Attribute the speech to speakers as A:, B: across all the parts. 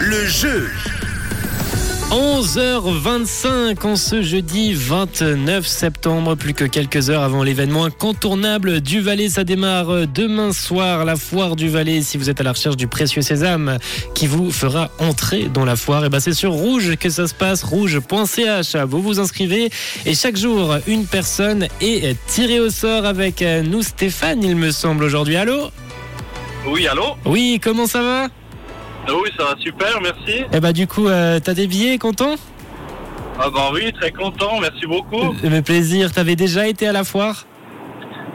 A: le jeu.
B: 11h25 en ce jeudi 29 septembre, plus que quelques heures avant l'événement incontournable du Valais. Ça démarre demain soir, la foire du Valais. Si vous êtes à la recherche du précieux sésame qui vous fera entrer dans la foire, et ben c'est sur Rouge que ça se passe, rouge.ch. Vous vous inscrivez et chaque jour, une personne est tirée au sort avec nous, Stéphane, il me semble, aujourd'hui. Allô
C: Oui, allô
B: Oui, comment ça va
C: Ah Oui, ça va super, merci.
B: Eh ben du coup, euh, t'as des billets, content
C: Ah bah oui, très content, merci beaucoup.
B: Euh, Mais plaisir, t'avais déjà été à la foire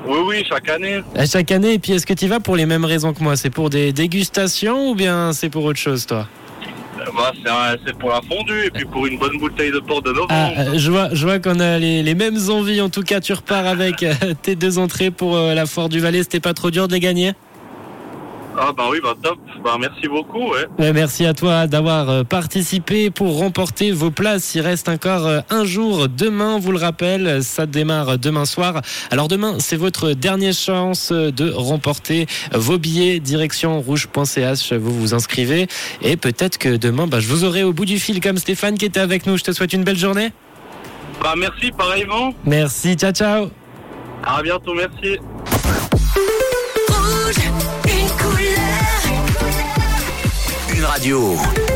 C: Oui, oui, chaque année.
B: À chaque année, et puis est-ce que tu vas pour les mêmes raisons que moi C'est pour des dégustations ou bien c'est pour autre chose, toi
C: Euh, Bah, c'est un- c'est pour la fondue et puis pour une bonne bouteille de port
B: Ah,
C: de novembre.
B: euh, je vois, je vois qu'on a les, les mêmes envies. En tout cas, tu repars avec euh, tes deux entrées pour euh, la foire du Valais. C'était pas trop dur de les gagner
C: Ah bah oui, bah top. Bah merci beaucoup, ouais.
B: Ouais, Euh, Merci à toi d'avoir euh, participé pour remporter vos places. Il reste encore euh, un jour demain, on vous le rappelle, ça démarre demain soir. Alors demain, c'est votre dernière chance euh, de remporter vos billets direction rouge.ch. Vous vous inscrivez et peut-être que demain, bah, je vous aurai au bout du fil comme Stéphane qui était avec nous. Je te souhaite une belle journée.
C: Bah merci, pareillement.
B: Merci, ciao ciao.
C: À bientôt, merci.
D: Rouge, une couleur.
A: Une radio.